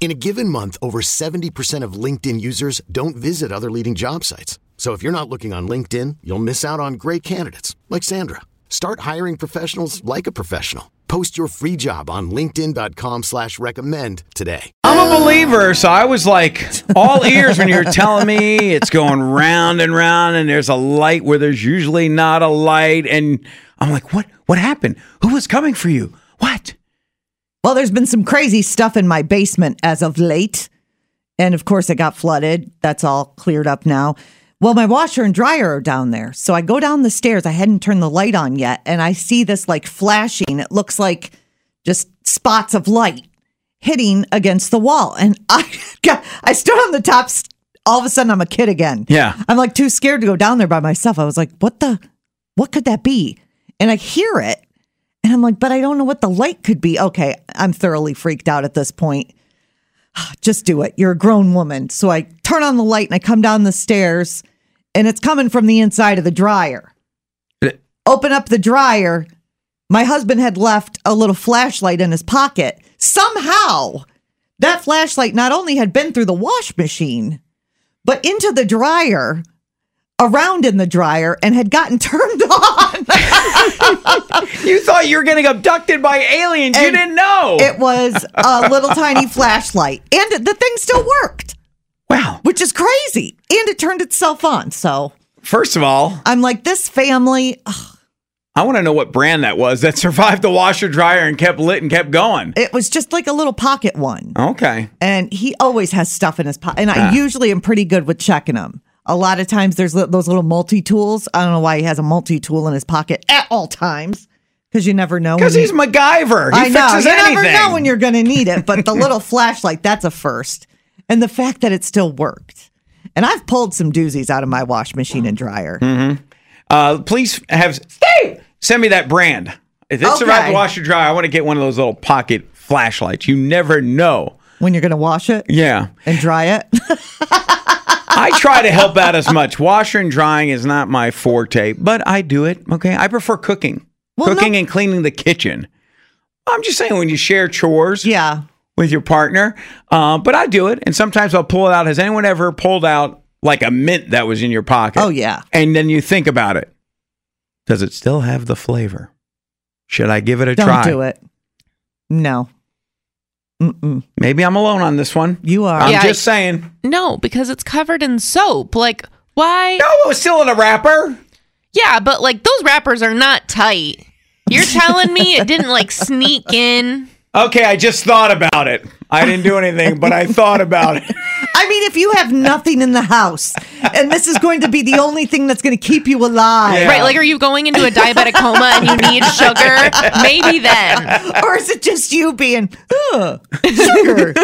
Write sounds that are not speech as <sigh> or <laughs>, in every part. In a given month, over 70% of LinkedIn users don't visit other leading job sites. So if you're not looking on LinkedIn, you'll miss out on great candidates like Sandra. Start hiring professionals like a professional. Post your free job on linkedin.com slash recommend today. I'm a believer, so I was like all ears when you were telling me it's going round and round, and there's a light where there's usually not a light, and I'm like, what? What happened? Who was coming for you? What? Well, there's been some crazy stuff in my basement as of late. And of course, it got flooded. That's all cleared up now. Well, my washer and dryer are down there. So I go down the stairs. I hadn't turned the light on yet. And I see this like flashing. It looks like just spots of light hitting against the wall. And I <laughs> got, I stood on the top. s- All of a sudden, I'm a kid again. Yeah. I'm like too scared to go down there by myself. I was like, what the, what could that be? And I hear it. And I'm like, but I don't know what the light could be. Okay, I'm thoroughly freaked out at this point. Just do it. You're a grown woman. So I turn on the light and I come down the stairs and it's coming from the inside of the dryer. It- Open up the dryer. My husband had left a little flashlight in his pocket. Somehow, that flashlight not only had been through the wash machine, but into the dryer, around in the dryer, and had gotten <laughs> turned on. You thought you were getting abducted by aliens. you And didn't know. It was a little tiny flashlight, and the thing still worked, wow. which is crazy. And it turned itself on. So First of all, I'm like, this family, ugh, I want to know what brand that was that <laughs> survived the washer dryer and kept lit and kept going. it was just like a little pocket one. Okay. And he always has stuff in his pocket. And I usually am pretty good with checking them. A lot of times there's li- those little multi tools. I don't know why he has a multi tool in his pocket at all times because you never know. Because when he's you- MacGyver. He I know. fixes you anything. never know when you're going to need it, but the little <laughs> flashlight, that's a first. And the fact that it still worked. And I've pulled some doozies out of my wash machine and dryer. Hmm. Uh, please have Steve, send me that brand. If it survived Okay. the washer dryer, I want to get one of those little pocket flashlights. You never know. When you're going to wash it Yeah, and dry it. I try to help out as much. Washer and drying is not my forte, but I do it. Okay, I prefer cooking, Well, cooking no- and cleaning the kitchen. I'm just saying when you share chores, yeah. with your partner. Uh, but I do it, and sometimes I'll pull it out. Has anyone ever pulled out like a mint that was in your pocket? Oh, yeah. And then you think about it. Does it still have the flavor? Should I give it a Don't try? do it. No. Mm-mm. Maybe I'm alone on this one. You are. I'm Yeah, just I- saying. No, Oh, because it's covered in soap. Like, why? No, it was still in a wrapper. Yeah, but like those wrappers are not tight. You're telling me it didn't like sneak in. Okay, I just thought about it. I didn't do anything, but I thought about it. <laughs> <laughs> I mean, if you have nothing in the house and this is going to be the only thing that's going to keep you alive, Yeah. Right, like are you going into a diabetic coma and you need sugar? Maybe then. or is it just you being, "Ugh, sugar?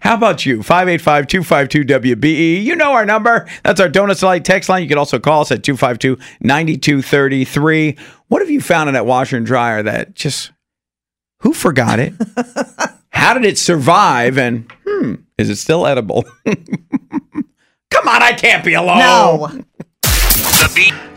How about you? 585 252 WBE. E. You know our number. That's our Donuts Light text line. You can also call us at 252 9233. What have you found in that washer and dryer that just, who forgot it? How did it survive? And, hmm, is it still edible? <laughs> Come on, I can't be alone. No. Oh.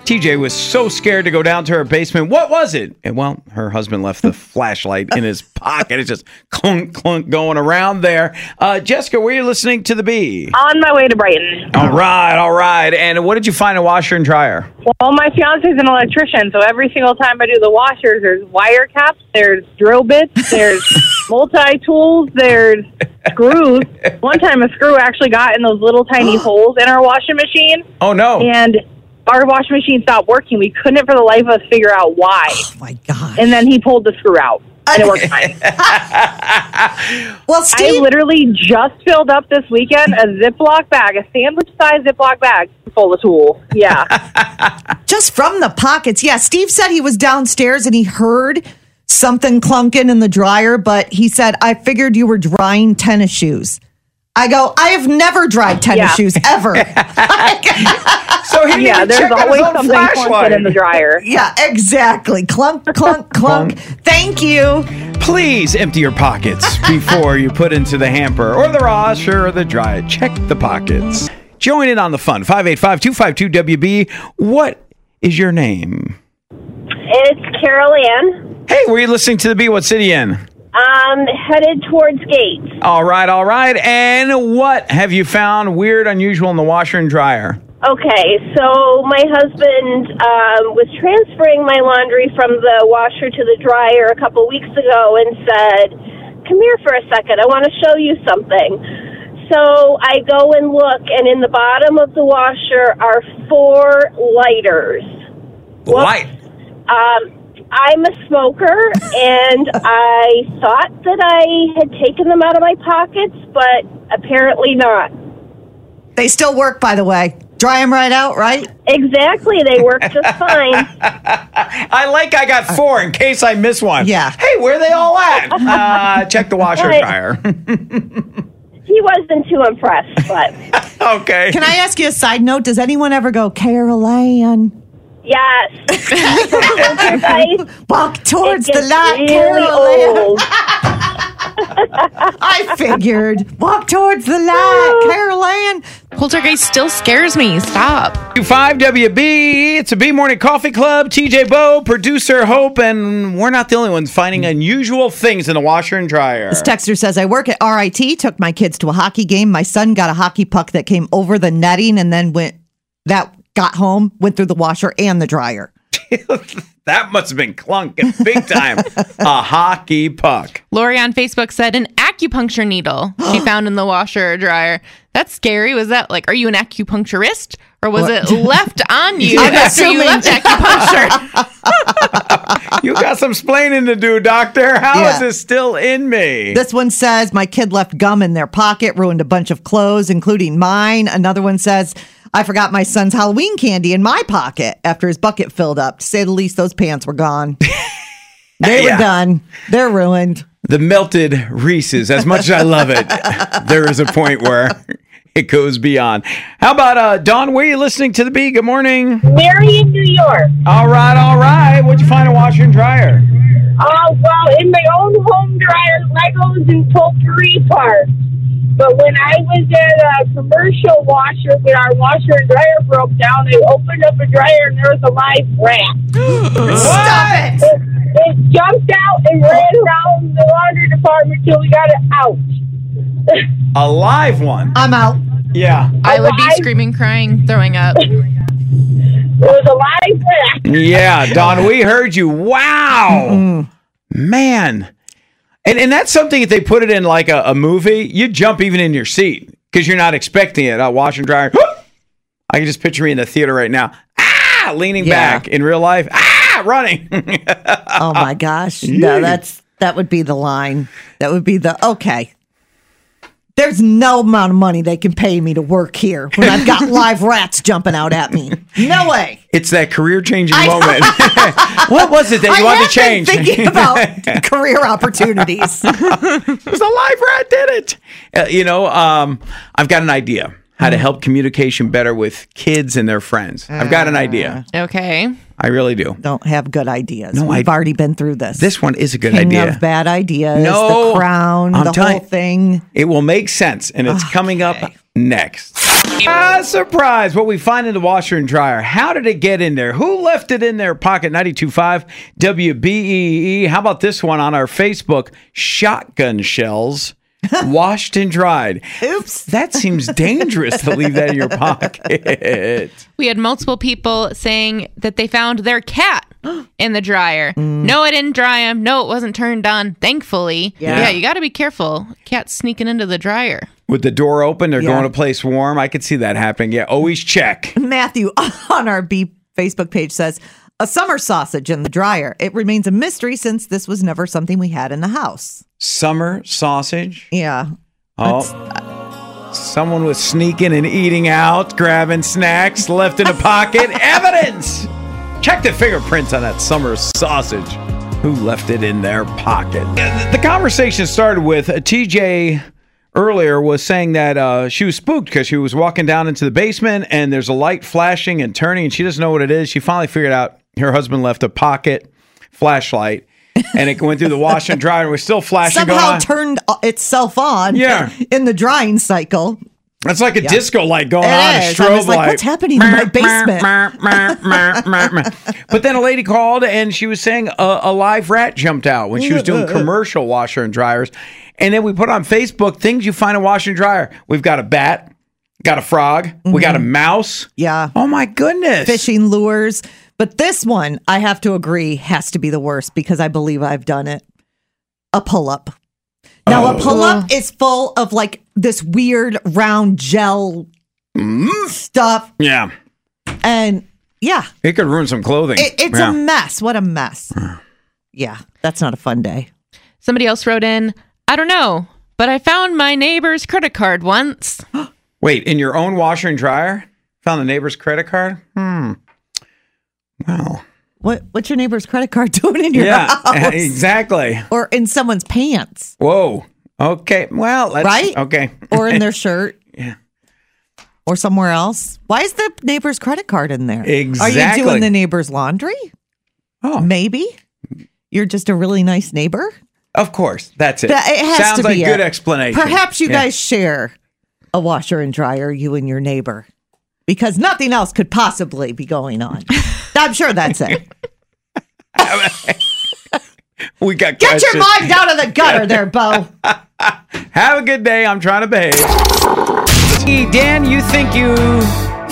TJ was so scared to go down to her basement. What was it? And well, her husband left the flashlight in his pocket. It's just clunk, clunk going around there. Uh, Jessica, were you listening to the bee? On my way to Brighton. All right, all right. And what did you find in washer and dryer? Well, my fiance's an electrician, so every single time I do the washers, there's wire caps, there's drill bits, there's multi tools, there's screws. One time, a screw actually got in those little tiny holes in our washing machine, Oh no! and our washing machine stopped working. We couldn't, for the life of us, figure out why. Oh my God. And then he pulled the screw out, and it worked fine. <laughs> Well, I Steve, literally just filled up this weekend a Ziploc bag, a sandwich size Ziploc bag full of tools. Yeah. just from the pockets. Yeah, Steve said he was downstairs and he heard something clunking in the dryer, but he said, I figured you were drying tennis shoes. I go, I have never dried tennis Yeah. shoes ever. <laughs> So he Yeah, didn't check there's on his always own something flashlight. clunking in the dryer. <laughs> yeah, exactly. Clunk, <laughs> clunk, clunk. Thank you. Please empty your pockets before you put into the hamper or the washer or the dryer. Check the pockets. Join in on the fun. 585-252-WB. What is your name? It's Carol Ann. Hey, were you listening to the B? What city in? Um, headed towards Gates. All right, all right. And what have you found weird, unusual in the washer and dryer? Okay, so my husband um, was transferring my laundry from the washer to the dryer a couple weeks ago and said, Come here for a second, I want to show you something. So I go and look, and in the bottom of the washer are four lighters. Light. Um, I'm a smoker, and I thought that I had taken them out of my pockets, but apparently not. They still work, by the way. Dry them right out, right? Exactly, they work <laughs> just fine. I like I got four in case I miss one. Yeah. Hey, where are they <laughs> all at? Uh, check the washer and Right. dryer. He wasn't too impressed, but <laughs> okay. Can I ask you a side note? Does anyone ever go, Carol Ann, yes. <laughs> Exercise, <laughs> walk it towards the gets light, Carol really Ann? old. <laughs> I figured, walk towards the <laughs> light, Carol Ann. Poltergeist still scares me. Stop. 5WB, it's a B Morning Coffee Club. TJ Bo, producer Hope, and we're not the only ones finding unusual things in the washer and dryer. This texter says, I work at RIT, took my kids to a hockey game. My son got a hockey puck that came over the netting and then went, that got home, went through the washer and the dryer. That must have been clunking big <laughs> time. a hockey puck. Lori on Facebook said an acupuncture <gasps> needle she found in the washer or dryer. That's scary. Was that like, are you an acupuncturist? Or was it left <laughs> on you I'm after you assuming- left acupuncture? You got some splaining to do, doctor. How is Yeah. this still in me? <laughs> This one says, My kid left gum in their pocket, ruined a bunch of clothes, including mine. Another one says, I forgot my son's Halloween candy in my pocket after his bucket filled up. To say the least, those pants were gone. they Yeah. were done. They're ruined. the melted Reese's, as much as I love <laughs> it, there is a point where it goes beyond. How about uh, Don? Where you listening to the B? Good morning. Mary in New York. All right, all right. What'd you find a washer and dryer? Oh, well, in my own home dryer, Legos and potpourri parts. But when I was at a commercial washer, when our washer and dryer broke down, they opened up a dryer and there was a live rat. Stop it! It jumped out and ran around the laundry department till we got it out. A live one. I'm out. Yeah. I would be Alive. screaming, crying, throwing up. It was a live rat. <laughs> Yeah, Don, we heard you. Wow. Mm-hmm. Man. And and that's something if they put it in like a, a movie, you jump even in your seat because you're not expecting it. I wash and dryer. <gasps> I can just picture me in the theater right now. Ah, leaning Yeah. back in real life. Ah, running. <laughs> Oh my gosh. No, that's that would be the line. That would be the okay. There's no amount of money they can pay me to work here when <laughs> I've got live rats jumping out at me. No way. it's that career changing moment. <laughs> what was it that you I wanted have to change? <laughs> Been thinking about career opportunities. It was a live rat did it. Uh, you know, um, I've got an idea how Hmm. to help communication better with kids and their friends. I've got an idea. Okay. I really do. Don't have good ideas. No, We've I- already been through this. This one is a good King idea. of bad ideas. No, the crown. I'm the telling- whole thing. It will make sense, and it's coming up next. Ah, surprise! What we find in the washer and dryer. How did it get in there? Who left it in their pocket? 92.5 WBEE. E How about this one on our Facebook? Shotgun shells. Washed and dried. Oops. That seems dangerous to leave that in your pocket. We had multiple people saying that they found their cat <gasps> in the dryer. Mm. No, I didn't dry him. No, it wasn't turned on, thankfully. Yeah, you got to be careful. Cat's sneaking into the dryer. With the door open, they're Yeah. going to place warm. I could see that happening. Yeah, always check. Matthew <laughs> on our B Facebook page says a summer sausage in the dryer. It remains a mystery since this was never something we had in the house. Summer sausage. Yeah. Oh. uh, Someone was sneaking and eating out, grabbing snacks, left in a pocket. Evidence! Check the fingerprints on that summer sausage. Who left it in their pocket? The- The conversation started with uh, TJ earlier was saying that uh, she was spooked because she was walking down into the basement and there's a light flashing and turning and she doesn't know what it is. She finally figured out her husband left a pocket flashlight and it went through the wash and dryer and was still flashing. going Somehow on. turned uh, itself on Yeah. in the drying cycle. It's like a disco light going It on, a is. strobe I was like, light. "What's happening in my basement?" <laughs> but then a lady called and she was saying a, a live rat jumped out when she was <laughs> doing commercial washer and dryers. And then we put on Facebook things you find in washer and dryer. We've got a bat, got a frog, we got a Mm-hmm. mouse. Yeah. Oh my goodness. Fishing lures. But this one, I have to agree, has to be the worst because I believe I've done it. A pull up. Now, Oh. a pull up is full of like this weird round gel Mm-hmm. stuff. Yeah. And yeah, It could ruin some clothing. It, it's yeah. a mess. What a mess. yeah, that's not a fun day. Somebody else wrote in, I don't know, but I found my neighbor's credit card once. Wait, in your own washer and dryer? Found the neighbor's credit card? Hmm. Wow. What What's your neighbor's credit card <laughs> doing in your Yeah, <laughs> house exactly. or in someone's pants Whoa. Okay. Well, let's, Right? Okay. or in their shirt? Yeah. Or somewhere else. Why is the neighbor's credit card in there? Are Exactly. you doing the neighbor's laundry? Oh. Maybe. You're just a really nice neighbor. <laughs> Of course. That's it. That- it has Sounds to like be good it. explanation. Perhaps you Yeah. guys share a washer and dryer, you and your neighbor, because nothing else could possibly be <laughs> going on. I'm sure that's it. we got Get your questions. mind out <laughs> of the gutter there, Bo. Have a good day. I'm trying to behave. Hey, Dan, you think you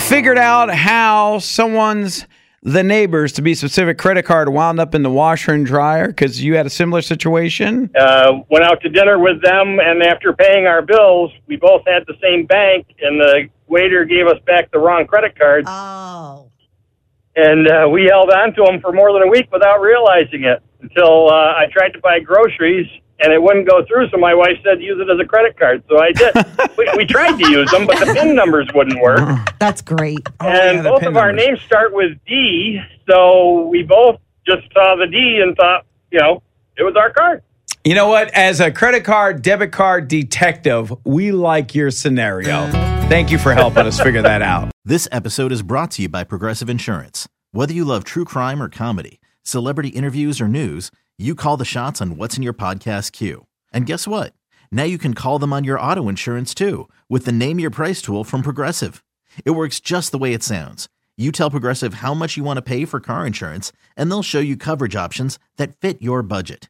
figured out how someone's the neighbors to be specific credit card wound up in the washer and dryer because you had a similar situation uh, went out to dinner with them, and after paying our bills, we both had the same bank, and the waiter gave us back the wrong credit card, Oh. and uh, we held on to them for more than a week without realizing it until uh, I tried to buy groceries. And it wouldn't go through, so my wife said use it as a credit card. So I did. we, we tried to use them, but the PIN numbers wouldn't work. Oh, That's great. and Oh, yeah, the both PIN of our numbers. names start with D, so we both just saw the D and thought, you know, it was our card. you know what as a credit card debit card detective we like your scenario thank you for helping us figure that out This episode is brought to you by Progressive Insurance. Whether you love true crime or comedy, celebrity interviews or news, you call the shots on what's in your podcast queue. And guess what? Now you can call them on your auto insurance too with the Name Your Price tool from Progressive. It works just the way it sounds. You tell Progressive how much you want to pay for car insurance, and they'll show you coverage options that fit your budget.